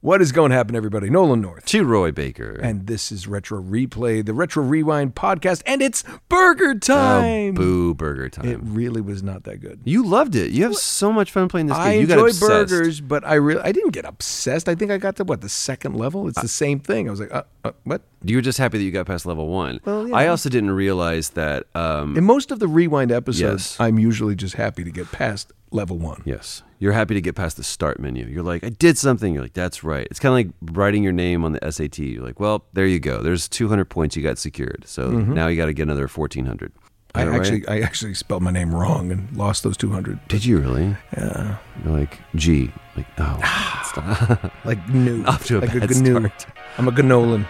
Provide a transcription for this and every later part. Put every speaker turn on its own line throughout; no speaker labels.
What is going to happen, everybody? Nolan North.
To Roy Baker.
And this is Retro Replay, the Retro Rewind podcast, and it's burger time.
Oh, Boo Burger
It
Time.
really was not that good.
you loved it. You have so much fun playing this game.
I
you got
enjoy
obsessed.
burgers, but I really I didn't get obsessed. I think I got to what the second level. It's the same thing. I was like, uh, uh, what?
You were just happy that you got past level one.
Well, yeah.
I also didn't realize that. Um,
In most of the rewind episodes,
Yes.
I'm usually just happy to get past level one.
yes, you're happy to get past the start menu. You're like, I did something. You're like, that's right. It's kind of like writing your name on the SAT. You're like, well, there you go. There's 200 points you got secured. So now you got to get another 1400. Is
Mm-hmm. I
that right?
actually I actually spelled my name wrong and lost those 200.
Did you really? Yeah. You're like, G. Like,
Ah.
oh, stop.
Like new.
Off to a
like
bad
gnu.
start.
I'm a granolan.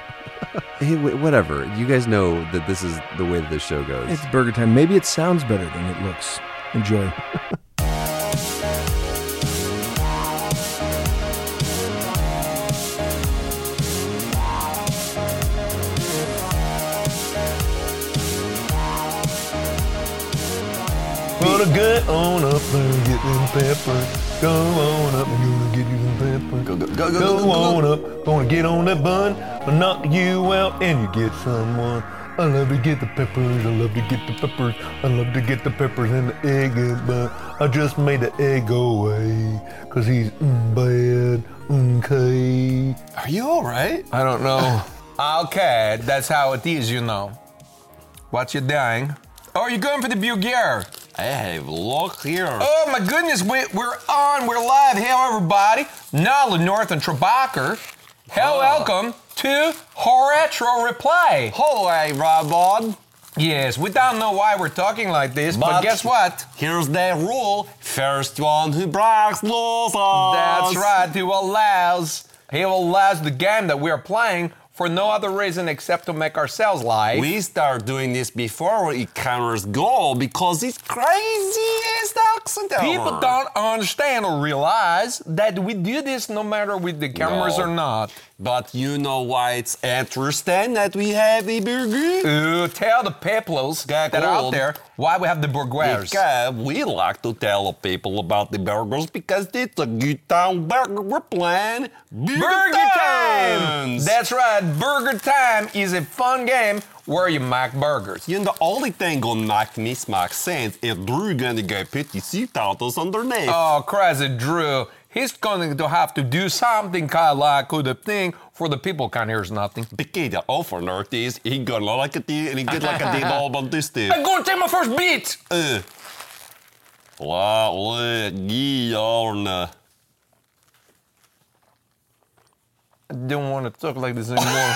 Hey, wh- whatever. You guys know that this is the way that this show goes.
It's burger time. Maybe it sounds better than it looks. Enjoy.
Gonna get on up there and get them pepper. Go on up, and gonna get you them pepper. Go, go, go, go, on up, gonna get on that bun. I'll knock you out and you get someone. I love to get the peppers, I love to get the peppers, I love to get the peppers and the egg in bun. I just made the egg go away, cause he's mm, bad, mm, okay.
Are you all right? I don't know. okay, that's how it is, you know. What you doing? Oh, you're going for the Bulgare.
I have luck here.
Oh my goodness, we, we're on, we're live. Hello, everybody. Nala North and Trabacher. Hello, welcome to Retro Reply.
Hello, Robot.
Yes, we don't know why we're talking like this, but,
But-
guess what?
Here's the rule. First one who breaks loses.
That's right, who allows, he allows the game that we are playing for no other reason except to make ourselves live.
We start doing this before it cameras go because it's crazy as the oxen tower.
People don't understand or realize that we do this no matter with the cameras
No.
or not.
But you know why it's interesting that we have a burger?
Ooh, tell the peoples
Get
that are out
old.
there why we have the burgers.
Because we like to tell people about the burgers because it's a good time burger we're playing. Burger,
Burger time!
times.
That's right, burger time is a fun game where you make burgers.
You know, the only thing gonna make this make sense is Drew gonna go put the suit titles underneath.
Oh, crazy Drew. He's going to have to do something kind of like the thing for the people can't hear nothing.
Because the offer nerd is he gonna like a deal and he get like a deal all on this thing.
I'm going to take my first beat.
Uh. La, la, gee, orna.
I don't want to talk like this anymore.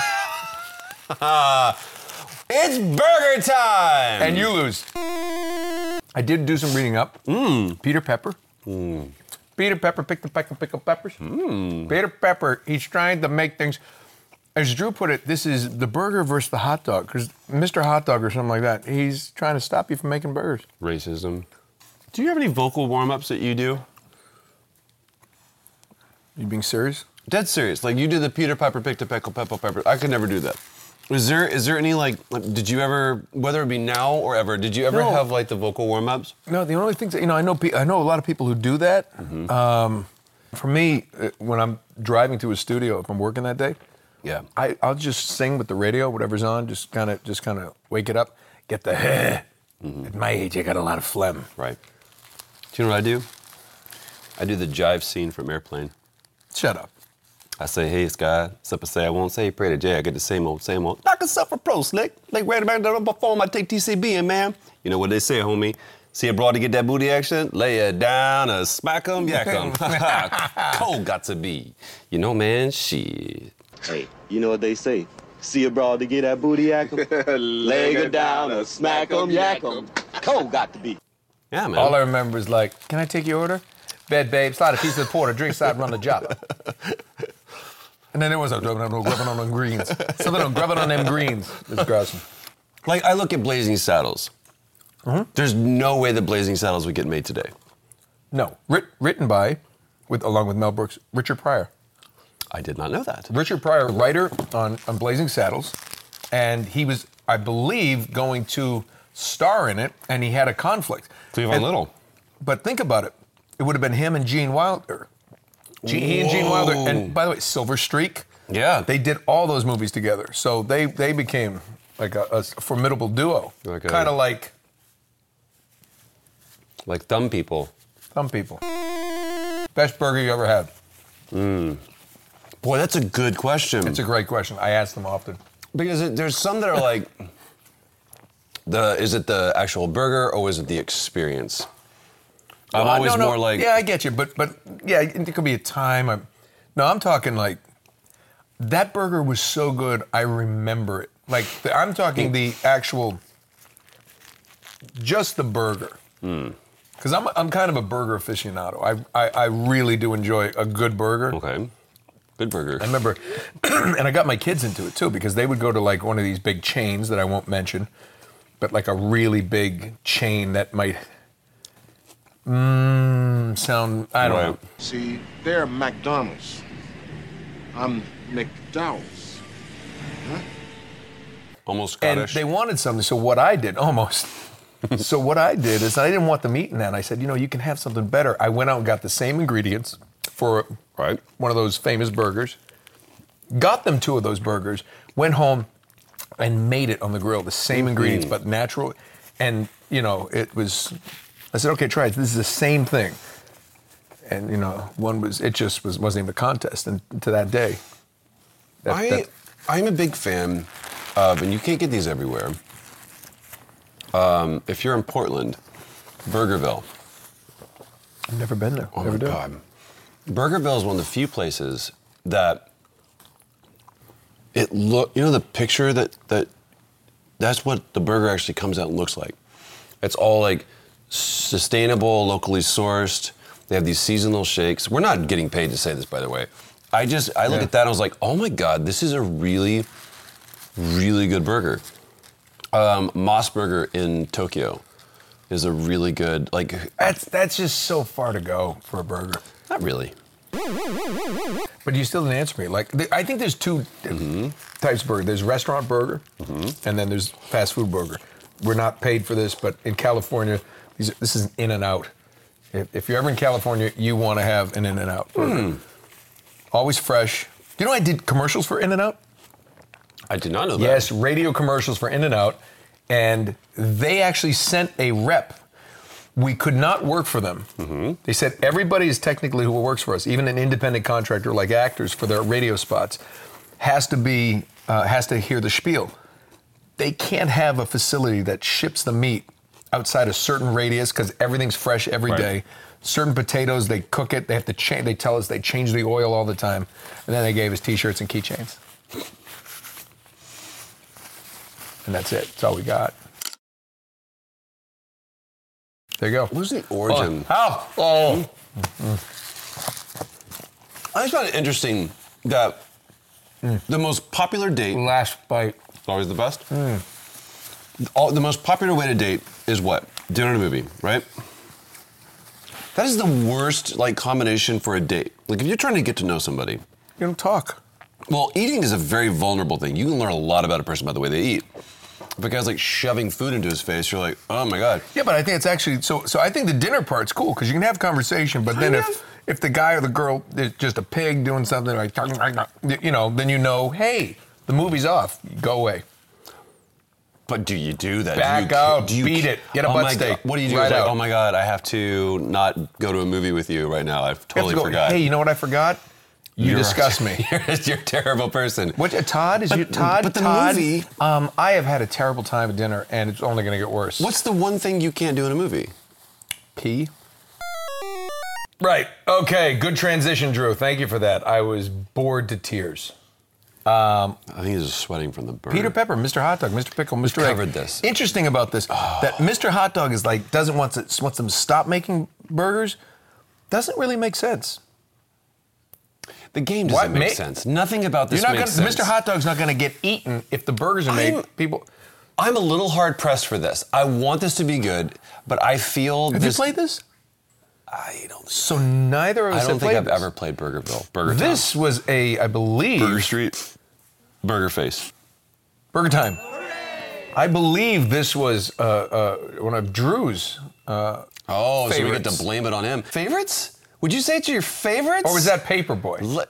It's burger time!
and you lose. Mm. I did do some reading up. Peter Pepper. Mm. Peter Pepper picked a peck of pickled peppers. Peter Pepper, he's trying to make things. As Drew put it, this is the burger versus the hot dog. Because Mr. Hot Dog or something like that, he's trying to stop you from making burgers.
Racism. Do you have any vocal warm ups that you do?
You being serious?
Dead serious. Like you did the Peter Piper picked a peckle pepper pepper. I could never do that. Is there is there any like did you ever whether it be now or ever did you ever
No.
have like the vocal warm ups?
No, the only thing that, you know, I know, pe- I know a lot of people who do that. Um, for me, uh, when I'm driving to a studio, if I'm working that day,
Yeah.
I, I'll just sing with the radio, whatever's on, just kind of just kind of wake it up, get the heh. At my age, I got a lot of phlegm.
Right. Do you know what I do? I do the jive scene from Airplane.
Shut up.
I say, hey Scott, except I say I won't say pray to Jay. I get the same old, same old. Knock yourself a pro, slick. Like right about that perform, I take TCB and man. You know what they say, homie. See a broad to get that booty action? Lay it down or smack 'em, yak 'em. Cold got to be. You know, man, shit.
Hey, you know what they say. See a broad to get that booty yak 'em. Leg her down or smack 'em, yak 'em. Cold got to be.
Yeah, man.
All I remember is like, can I take your order? Bed, babe, slide a piece of the porter, drink side, run the job. And then there was a grubbing on, grubbing on them greens. Something on grubbing on them greens. It's grousing.
Like I look at Blazing Saddles. There's no way that Blazing Saddles would get made today.
No, writ- written by, with along with Mel Brooks, Richard Pryor.
I did not know that.
Richard Pryor, writer on, on Blazing Saddles, and he was, I believe, going to star in it, and he had a conflict.
Cleavon
And-
Little.
But think about it. It would have been him and Gene Wilder, Gene, he and Gene Wilder, and by the way, Silver Streak.
Yeah.
they did all those movies together, so they they became like a, a formidable duo.
Like a-
kind of like
Like thumb people.
some people. Best burger you ever had?
Boy, that's a good question.
It's a great question. I ask them often.
because it, there's some that are like, the is it the actual burger or is it the experience? I'm
Well, I-
always
no, no.
more like,
Yeah, I get you, but but yeah, it could be a time. I'm, no, I'm talking like that burger was so good, I remember it. Like the, I'm talking the actual, just the burger.
Hmm.
Because I'm I'm kind of a burger aficionado. I, I I really do enjoy a good burger.
okay, good burger.
I remember, and I got my kids into it too because they would go to like one of these big chains that I won't mention, but like a really big chain that might mm, sound I don't know.
Right.
See, they're McDonald's. I'm McDowell's.
Almost
And
Scottish.
they wanted something, so what I did almost. so what I did is I didn't want them eating that. I said, you know, you can have something better. I went out and got the same ingredients for
Right.
one of those famous burgers. Got them two of those burgers. Went home and made it on the grill, the
Mm-hmm.
same ingredients but natural. And you know, it was. I said, okay, try it. This is the same thing. And you know, one was it just was wasn't even a contest. And to that day, that-
I
that-
I'm a big fan of, and you can't get these everywhere. Um, if you're in Portland, Burgerville.
I've never been there.
Oh
never
my
did.
god, Burgerville is one of the few places that it look. You know the picture that that that's what the burger actually comes out and looks like. It's all like sustainable, locally sourced. They have these seasonal shakes. We're not getting paid to say this, by the way. I just I look
Yeah.
at that and I was like, oh my god, this is a really, really good burger. Um, Moss Burger in Tokyo is a really good like
That's that's just so far to go for a burger.
not really.
But you still didn't answer me. Like th- I think there's 2 types of burger. There's restaurant burger, and then there's fast food burger. We're not paid for this, but in California, these are, this is an In and Out. If, if you're ever in California, you want to have an In and Out burger. Always fresh. You know, I did commercials for In and Out.
I did not know that.
Yes, radio commercials for In and Out, and they actually sent a rep. We could not work for them.
Mm-hmm.
They said everybody is technically who works for us, even an independent contractor like actors for their radio spots, has to be uh, has to hear the spiel. They can't have a facility that ships the meat outside a certain radius because everything's fresh every day.
Right.
Certain potatoes, they cook it. They have to change. They tell us they change the oil all the time, and then they gave us T-shirts and keychains and that's it. That's all we got. There you go.
What was the origin?
How? Oh,
I just found it interesting that the most popular date is
last bite.
always the best. All, the most popular way to date is what? Dinner and a movie, right? That is the worst like combination for a date. Like if you're trying to get to know somebody,
You don't talk.
well, eating is a very vulnerable thing. You can learn a lot about a person by the way they eat. If a guy's like shoving food into his face, you're like, oh my god.
Yeah, but I think it's actually so. So I think the dinner part's cool because you can have conversation. But then
Kind
if
of.
if the guy or the girl is just a pig doing something like talking, like that, you know, then you know, hey, the movie's off. Go away.
But do you do that?
Back
do you,
out, beat it, get a
oh
butt
my
steak,
God, what do you do?
right
It's like,
out.
oh my god, I have to not go to a movie with you right now. I've
You have
totally
to go,
forgot.
Hey, you know what I forgot? You
You're-
disgust me.
you're, you're a terrible person.
What, uh, Todd? Is
But-
you Todd?
but the
Todd,
movie-
Um, I have had a terrible time at dinner, and it's only going to get worse.
What's the one thing you can't do in a movie?
P. Right. Okay. Good transition, Drew. Thank you for that. I was bored to tears.
I think he's just sweating from the burn.
Peter Pepper, Mr. Hot Dog, Mr. Pickle, Mr. Egg.
covered this. Ah.
Interesting about this that Mr. Hot Dog is like doesn't want to wants them to stop making burgers. Doesn't really make sense.
The game
What
doesn't make
ma-
sense. Nothing about this
You're not gonna,
makes sense.
Mr. Hot Dog's not going to get eaten if the burgers are made.
I'm-
People,
I'm a little hard pressed for this. I want this to be good, but I feel
have
this.
you played this?
I don't.
So neither of
I
us
don't
have
think
played
I've
this.
ever played Burgerville. Burger
This was a, I believe,
Town. Burger Street. Burger Face.
Burger time. I believe this was uh, uh, one of Drew's. Uh,
Oh, so we get
Favorites.
to blame it on him. Favorites? Would you say it's your favorites?
Or was that Paperboy?
Le-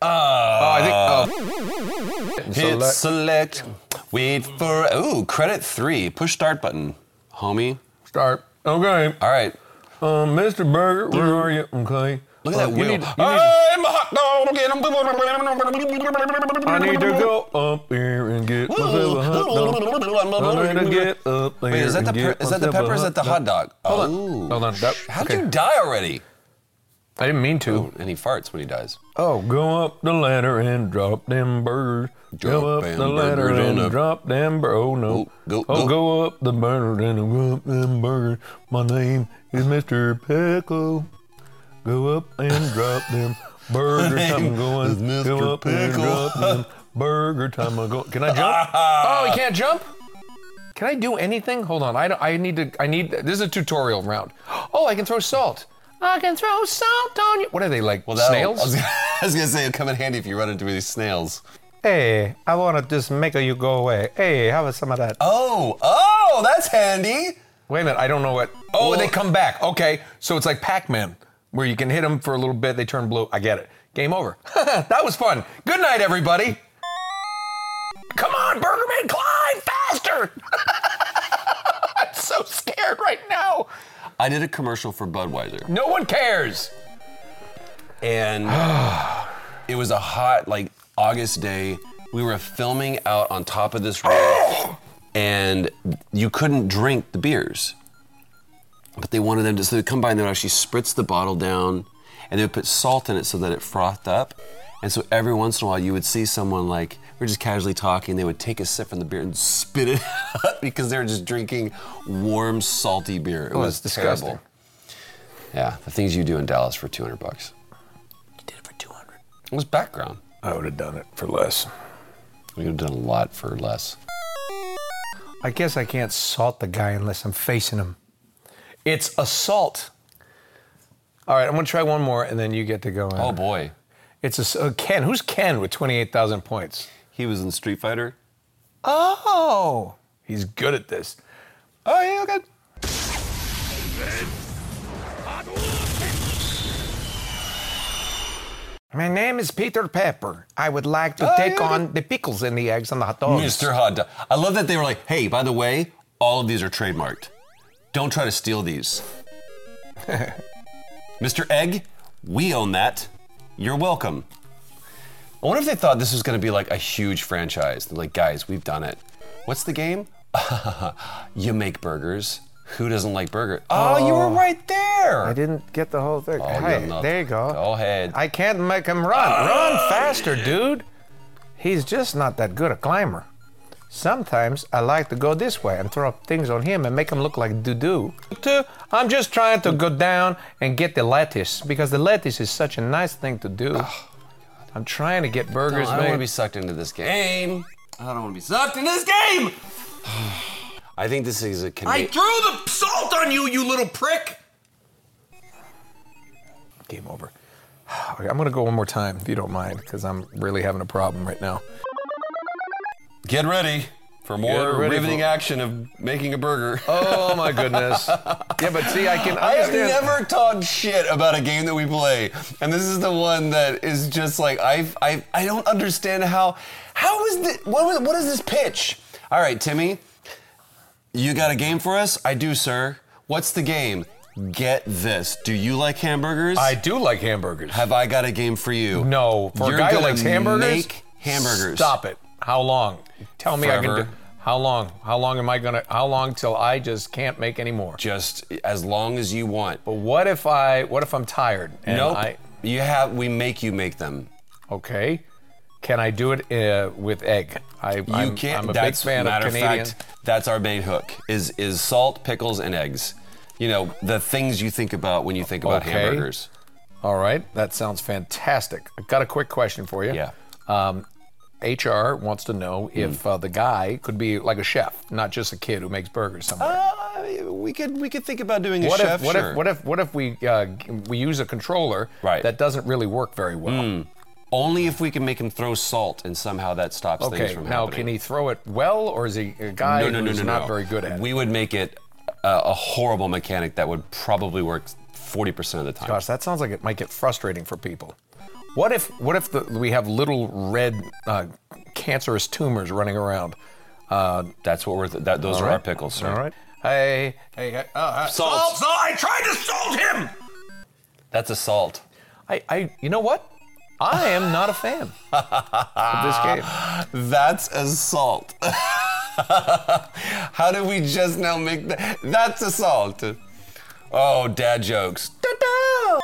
oh, I think. oh.
Hit select. Wait for. Ooh, credit three. Push start button, homie.
Start. Okay.
All right.
Um, Mr. Burger, where are you? Okay. Uh,
Look at that
you
wheel.
Need, you need to-
I'm a hot dog. and-
I need to go up here and get myself a hot dog. I need to get up there
Wait, is that
and
the per-
get
is that the
myself a
pepper? Is that the hot dog? Hold oh.
Hold on. That,
How did
okay.
you die already?
I didn't mean to.
And he farts when he dies.
Oh, go up the ladder and drop them burgers.
Drop
go up
them
the ladder
burgers on
and
up.
drop them burgers. Oh no.
Go, go,
oh,
go.
go up the burger and go up them burgers. My name is Mr. Pickle. Go up and drop them burgers. I'm
name
going.
is Mr.
Go up and
Pickle.
drop them burger time. I'm going. Can I jump? oh, you can't jump. Can I do anything? Hold on. I don't, I need to. I need. This is a tutorial round. Oh, I can throw salt. I can throw salt on you. What are they like?
that'll-
snails?
I was, gonna, I was gonna say it'll come in handy if you run into these snails.
Hey, I want to just make you go away. Hey, have some of that.
Oh, oh, that's handy.
Wait a minute, I don't know what. Oh,
Well-
they come back. Okay, so it's like Pac-Man, where you can hit them for a little bit, they turn blue. I get it. Game over. that was fun. Good night, everybody. Come on, Burgerman, climb faster! I'm so scared right now.
I did a commercial for Budweiser,
No one cares.
and it was a hot like August day. We were filming out on top of this roof, and you couldn't drink the beers. But they wanted them to so they come by and they would actually spritz the bottle down, and they would put salt in it so that it frothed up. And so every once in a while, you would see someone like we're just casually talking. They would take a sip from the beer and spit it out because they were just drinking warm, salty beer. It was
that's
terrible.
disgusting.
Yeah, the things you do in Dallas for 200 bucks. You did it for 200. It was background.
I would have done it for less.
We could have done a lot for less.
I guess I can't salt the guy unless I'm facing him. It's assault. All right, I'm gonna try one more, and then you get to go in.
Oh boy,
It's a s- uh, Ken. Who's Ken with 28,000 points?
he was in Street Fighter.
Oh, he's good at this. Oh, yeah, okay. My name is Peter Pepper. I would like to take on the pickles and the eggs and the hot dogs.
Mr. Hot Dog. I love that they were like, hey, by the way, all of these are trademarked. Don't try to steal these. Mr. Egg, we own that. You're welcome. I wonder if they thought this was going to be like a huge franchise. They're like, guys, we've done it. What's the game? you make burgers. Who doesn't like burger? Oh, you were right there.
I didn't get the whole thing.
Oh, you're
hey,
not-
there you go.
Go ahead. Ah.
I can't make him run. run faster, dude. He's just not that good a climber. Sometimes I like to go this way and throw things on him and make him look like doo doo. I'm just trying to go down and get the lettuce because the lettuce is such a nice thing to do. I'm trying to get burgers
Ah. I don't want to
made.
be sucked into this game. I don't want to be sucked into this game. I think this is a Canadian.
threw the salt on you, you little prick!
Game over. Okay, I'm gonna go one more time if you don't mind because I'm really having a problem right now.
Get ready for more
Get ready
riveting
for-
action of making a burger.
Oh my goodness. yeah, but see, I can
I have
understand.
never talked shit about a game that we play, and this is the one that is just like I I I don't understand how how is the what was, what is this pitch? All right, Timmy, you got a game for us? I do, sir. What's the game? Get this. Do you like hamburgers?
I do like hamburgers.
Have I got a game for you?
No, for
You're
a guy who
gonna
likes hamburgers,
make hamburgers.
Stop it. How long? Tell me I
Forever.
can do. How long? How long am I gonna? How long till I just can't make any more?
Just as long as you want.
But what if I? What if I'm tired? And
nope.
I,
you have. We make you make them.
okay. Can I do it uh, with egg? I,
You
I'm,
can't.
I'm a big
that's
fan of
matter
Canadian.
fact. That's our main hook. Is is salt, pickles, and eggs. You know the things you think about when you think about
Okay.
hamburgers.
All right, that sounds fantastic. I've got a quick question for you.
Yeah. Hmm.
Um, HR wants to know if uh, the guy could be like a chef, not just a kid who makes burgers somewhere.
Uh, we could we could think about doing a
What
chef.
if what
sure.
if what if what if we uh, g- we use a controller
Right.
that doesn't really work very well?
Only if we can make him throw salt, and somehow that stops things
Okay,
from
now
happening.
can he throw it well, or is he a guy who's not very good at
we
it?
would make it a, a horrible mechanic that would probably work 40% of the time.
Gosh, that sounds like it might get frustrating for people. What if what if the, we have little red uh, cancerous tumors running around? Uh,
That's what we're, that, those are our pickles, sir.
all right. Hey, hey, hey, oh, uh,
Salt.
Salt, salt! I tried to salt him!
That's a salt.
I, I, you know what? I am not a fan of this game.
That's a salt. How did we just now make that? That's a salt. Oh, dad jokes. Da-da!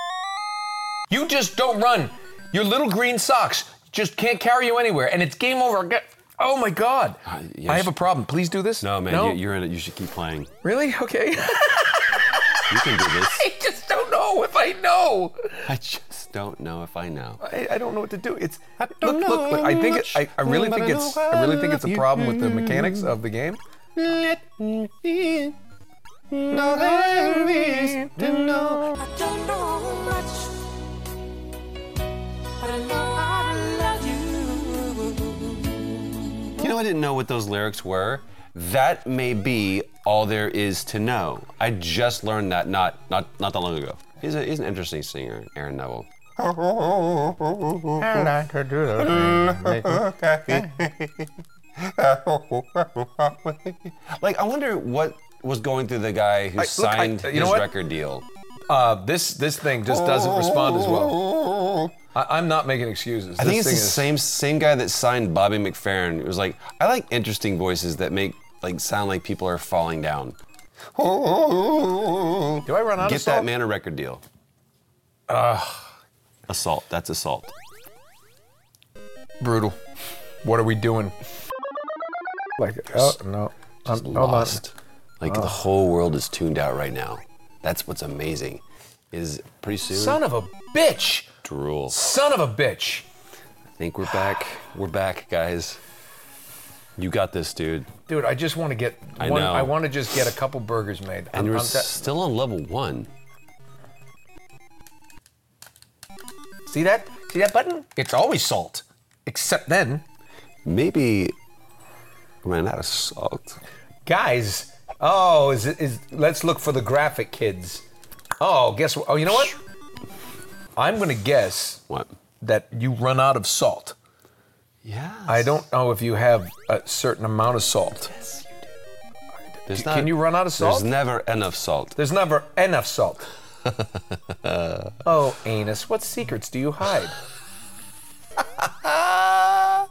You just don't run. Your little green socks just can't carry you anywhere, and it's game over. Get- Oh my God!
yeah,
I have
sh-
a problem. Please do this.
Uh, No, man, You, you're in it. You should keep playing.
really? Okay.
You can do this.
I just don't know if I know.
I just don't know if I know.
I, I don't know what to do. It's
I
look,
don't
look,
know
look. I think it,
much,
I, I really
but
think
I
it's
know
I really
I
think it's a
love
problem with the mechanics of the game.
Let me in. No, there is to know.
don't know much, but I know I love you.
You know, I didn't know what those lyrics were. That may be all there is to know. I just learned that not not not that long ago. He's, a, he's an interesting singer, Aaron Neville. Like, I wonder what was going through the guy who
I- look, I-
signed
you know
his
what?
record deal.
Uh, this this thing just doesn't respond as well. I, I'm not making excuses.
I think
this
it's the
thing is,
same same guy that signed Bobby McFerrin. It was like, I like interesting voices that make like sound like people are falling down.
Do I run out
Get
of salt?
that man a record deal. Assault. That's assault.
Brutal. What are we doing? Like oh no, I'm I'm not-
Lost. Like the whole world is tuned out right now. That's what's amazing. Is pretty soon.
Son of a bitch!
drool.
Son of a bitch!
I think we're back. We're back, guys. You got this, dude.
Dude, I just want to get.
I
one,
know.
I want to just get a couple burgers made.
And
I'm-
we're
I'm ta-
still on level one.
see that? See that button? It's always salt. Except then,
Maybe. Man, that assault.
guys. Oh, is it is? Let's look for the graphic kids. Oh, guess what? Oh, you know what? I'm gonna guess
What?
that you run out of salt.
Yeah.
I don't know if you have a certain amount of salt.
There's
can you run out of salt?
There's never enough salt.
There's never enough salt. oh, anus, what secrets do you hide?
Ah!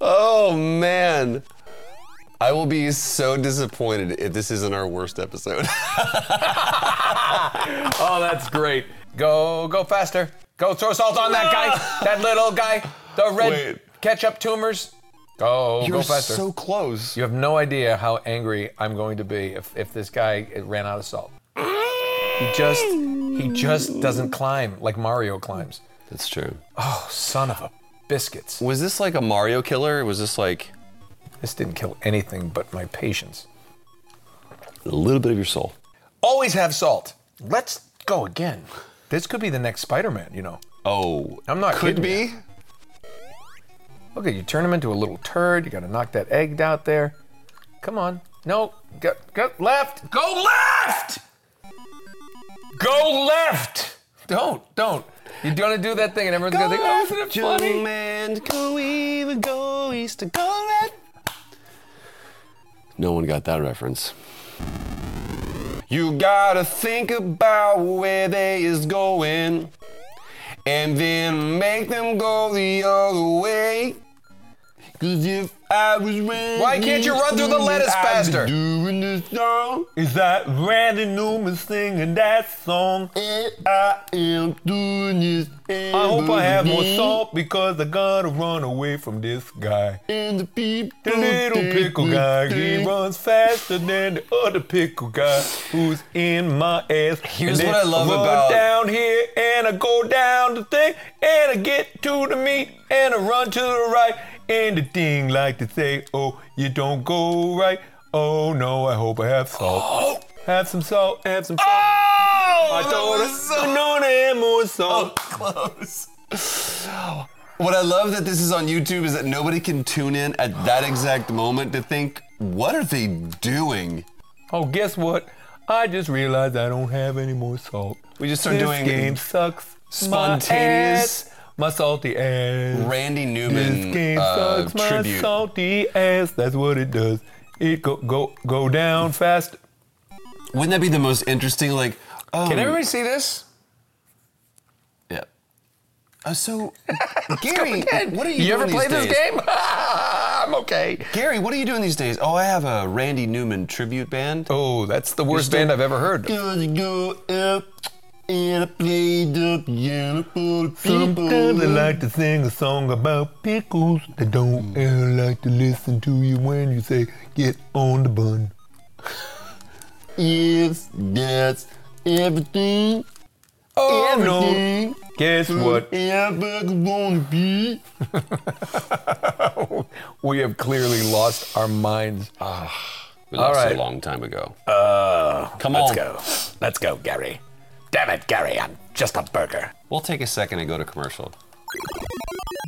oh man. I will be so disappointed if this isn't our worst episode.
Oh, that's great. Go, go faster. Go throw salt on that guy, that little guy, the red
Wait.
ketchup tumors. Go, go faster.
close.
you have no idea how angry I'm going to be if, if this guy ran out of salt. He just, he just doesn't climb like Mario climbs. Oh,
That's true.
Son of a biscuits.
Was this like a Mario killer? Was this like
This didn't kill anything but my patience.
a little bit of your soul?
Always have salt. Let's go again. This could be the next Spider-Man, you know.
Oh,
I'm not
Could
kidding you.
be.
Look at you turn him into a little turd. You got to knock that egg out there. Come on. No, go, go left. Go left. Go left. Don't, don't. You're gonna do that thing, and everyone's gonna think, "Oh, isn't it funny?"
Man, go even go east and go red. No one got that reference. You gotta think about where they is going, and then make them go the other way. Cause if I was Randy,
Why can't you run through the lettuce
I'd be
faster?
Doing this song.
Is that Randy Newman singing that song?
And I am doing this.
I hope I have more salt because I gotta run away from this guy.
And the people.
The little pickle guy, he runs faster than the other pickle guy who's in my ass.
Here's
And then
what I love
run
about-
down here and I go down the thing and I get to the meat and I run to the right and the thing like to say, oh, you don't go right. Oh no, I hope I have
Oh.
salt. Have some salt, have some salt.
Oh,
I told her, no, no, more
Oh.
salt.
close. What I love that this is on YouTube is that nobody can tune in at that exact moment to think, what are they doing?
Oh, guess what?
I just realized I don't have any more salt.
We just start
this
doing
game sucks.
spontaneous-
My, ass, my salty ass.
Randy
This
Newman
game
uh,
sucks. My
tribute.
salty ass. That's what it does. It go go go down fast.
Wouldn't that be the most interesting? Like, um,
Can everybody see this?
Yeah. Uh, so, Gary, what are you?
You
doing
ever
these
play this
days?
game? I'm okay.
Gary, what are you doing these days? Oh, I have a Randy Newman tribute band.
Oh, that's the worst
still-
band I've ever heard.
Gotta go up and I played up yellow for the
Sometimes they
people.
like to sing a song about pickles. They don't ever like to listen to you when you say, get on the bun.
Yes, that's everything.
Oh, no.
everything.
Guess what?
Ever gonna be?
We have clearly lost our minds.
Ah, We
All
lost
right. Uh,
a long time ago.
Come
Let's
on. Let's go. Let's go, Gary. Damn it, Gary, I'm just a burger.
We'll take a second and go to commercial.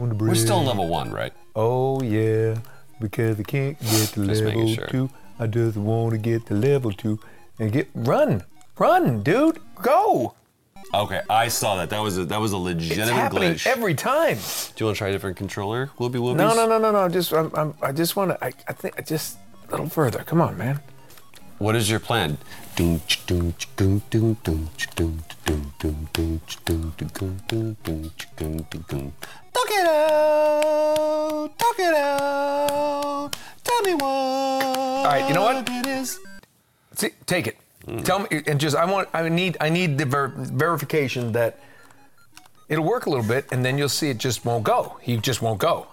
We're
We're still in level one, right?
Oh, yeah. Because I can't get to
Just making
level
sure.
two. I just want to get to level two and get. Run. Run, dude. Go.
Okay, I saw that. That was a, that was a
It's
legitimate
happening
glitch.
every time.
Do you want to try a different controller? Whoopie whoopies?
No, no, no, no, no. Just, I'm, I'm, I just want to. I, I think, I just a little further. Come on, man.
What is your plan? Talk it out, talk it out. Tell me what. All
right, you know what?
It is.
See, take it. Tell me, and just I want, I need, I need the ver- verification that it'll work a little bit, and then you'll see it just won't go. He just won't go.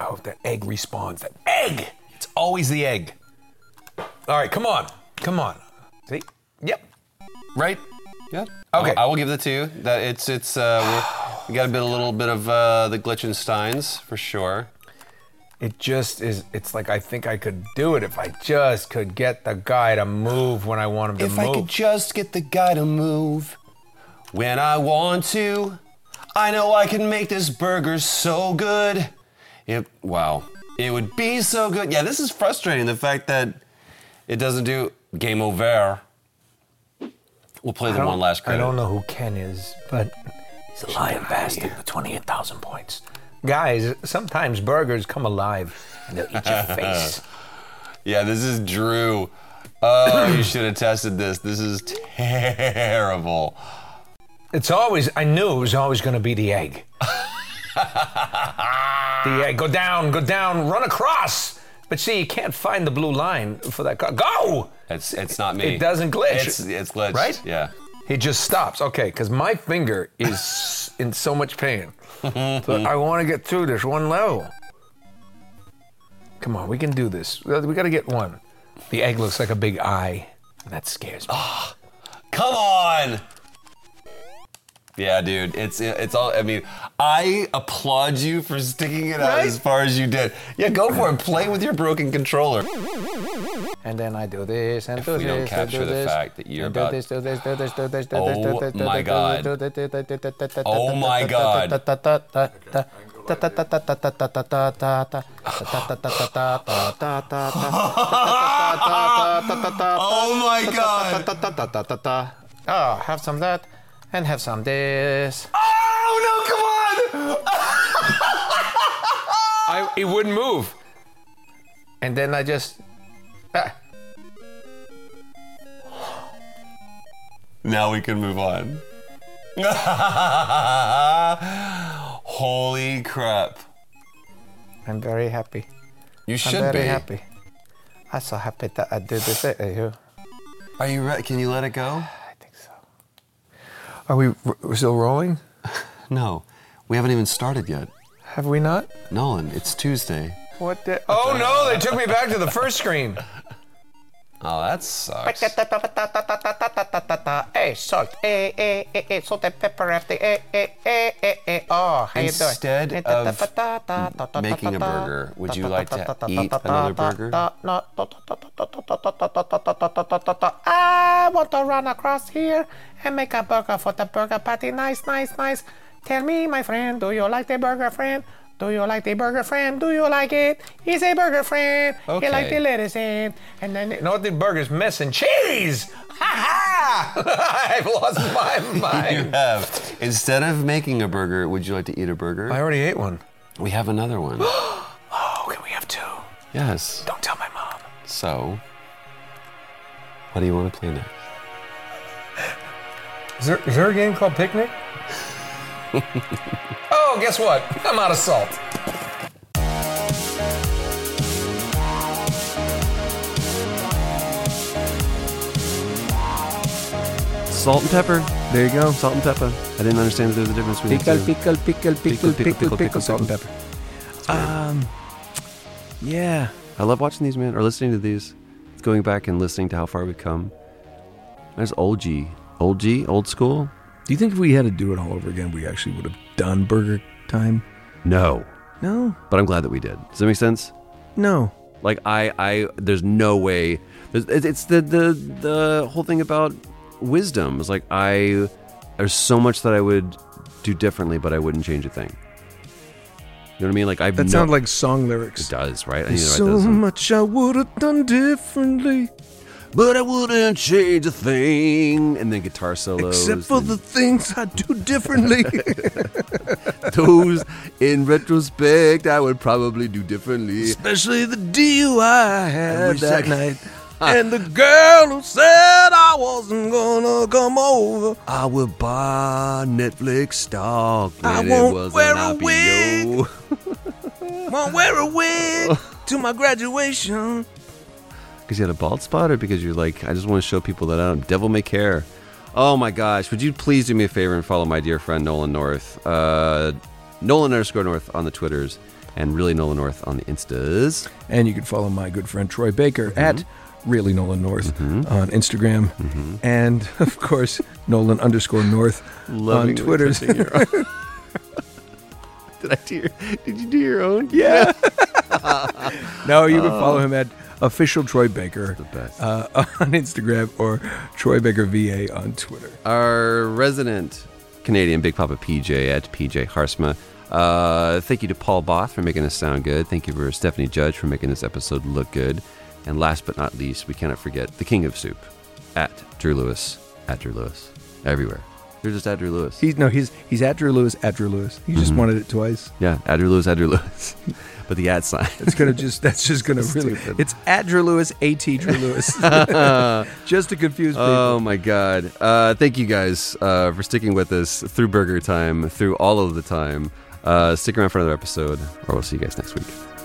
Oh, that egg respawns. That egg. It's always the egg. All right, come on, come on. See? Yep. Right.
Yeah.
Okay.
I will give that to you. That it's it's uh we're- we got a bit a little bit of uh the Glitchensteins for sure.
It just is. It's like I think I could do it if I just could get the guy to move when I want him to
If
move.
I could just get the guy to move when I want to, I know I can make this burger so good. It wow, it would be so good. Yeah, this is frustrating. The fact that it doesn't do game over. We'll play the
I don't-
one last credit.
I don't know who Ken is, but he's a lion bastard with 28,000 points. Guys, sometimes burgers come alive and they'll eat your face.
Yeah, this is Drew. Oh, you should have tested this. This is terrible.
It's always, I knew it was always going to be the egg. the egg, go down, go down, run across. But see, you can't find the blue line for that car. Go!
It's it's not me.
It doesn't glitch.
It's it's glitched.
Right?
Yeah.
He just stops. Okay, because my finger is in so much pain. But I want to get through this one level. Come on, we can do this. We got to get one. The egg looks like a big eye. and That scares me.
Come on. Yeah, dude. It's it's all. I mean, I applaud you for sticking it out
Right?
as far as you did. Yeah, go for it. Play with your broken controller.
And then I do this and do
we
this.
don't
and
capture
do
the
this,
fact that you're
and do
about-
This, do this, do this, do this, do this, do
Oh
this, do
my
this,
god.
do this, do this, do this, do this, do
Oh
this,
my
do
God.
this, do this, do this, do this, do this, do this, do this,
Oh my god.
do this, do this. Oh, have some that, and have some this.
Oh no! Come on.
I, it wouldn't move. And then I just. ah.
Now we can move on. Holy crap.
I'm very happy.
You should
I'm very
be.
happy. I'm so happy that I did this. Are you?
Are you re- Can you let it go?
I think so.
Are we we're still rolling?
No. We haven't even started yet.
Have we not?
Nolan, it's Tuesday.
What the?
Oh no, they took me back to the first screen.
Oh, that sucks.
Hey, salt. Eh, Hey, hey, hey, hey, salt and pepper after. Eh, Hey, hey, hey, hey, hey. Oh, how you doing?
Instead of m- making a burger, would you like to eat another burger?
No. I want to run across here and make a burger for the burger patty. Nice, nice, nice. Tell me, my friend, do you like the burger, friend? Do you like the burger, friend? Do you like it? He's a burger, friend. He like
Okay.
the lettuce in. And then,
You know what the burger's missing? Cheese! Ha ha! I've lost my
You
mind.
have. Instead of making a burger, would you like to eat a burger?
I already ate one.
We have another one.
Oh, can we have two?
yes.
Don't tell my mom.
So, what do you want to play next?
Is there, is there a game called Picnic? oh, guess what? I'm out of salt.
Salt and pepper.
There you go.
Salt and pepper. I didn't understand that there was a difference between
Pickle,
the two.
pickle, pickle, pickle,
Pickle, pickle,
pickle,
pickle,
pickle,
pickle,
salt and
pickle.
pepper. Um, yeah.
I love watching these, man, or listening to these. It's going back and listening to how far we've come. There's old G. Old G, old school?
Do you think if we had to do it all over again, we actually would have done burger time?
No.
No,
But I'm glad that we did. Does that make sense?
no.
Like I, I, there's no way. There's, it- it's the the the whole thing about wisdom. It's like I, there's so much that I would do differently, but I wouldn't change a thing. You know what I mean? Like I.
That
no,
sounds like song
it
lyrics.
does right. I need to
There's
write
so
those in.
much I would have done differently,
But I wouldn't change a thing. And then guitar solos.
except for
and
the things I do differently.
those. In retrospect, I would probably do differently.
Especially the DUI I
I
had
wish
that
I-
night. and the girl who said I wasn't gonna come over.
I will buy Netflix stock.
I
when
won't
it was
wear
an
a
IPO.
wig. Won't wear a wig to my graduation.
Because you had a bald spot, or because you're like, I just want to show people that I don't devil may care. Oh my gosh, would you please do me a favor and follow my dear friend Nolan North, uh, Nolan underscore North on the Twitters, and really Nolan North on the Instas.
And you can follow my good friend Troy Baker at Really Nolan North on Instagram. And of course, Nolan underscore North on
Lovingly
Twitter.
touching your arm. Did I do your, Did you do your own?
yeah. no, you can follow him at official Troy Baker
Uh, best.
uh, on Instagram or Troy Baker VA on Twitter.
our resident Canadian Big Papa PJ at PJ Harsma. Uh, thank you to Paul Both for making us sound good. Thank you for Stephanie Judge for making this episode look good. And last but not least, we cannot forget the King of Soup at Drew Lewis at Drew Lewis everywhere. You're just at Drew Lewis.
He's no, he's he's at Drew Lewis at Drew Lewis. He
Mm-hmm.
just wanted it twice.
yeah, at Drew Lewis at Drew Lewis. but the at sign.
It's gonna just that's just gonna really.
Stupid.
It's at Drew Lewis, at Drew Lewis, just to confuse people.
Oh my God! Uh, thank you guys uh, for sticking with us through burger time, through all of the time. Uh, stick around for another episode, or we'll see you guys next week.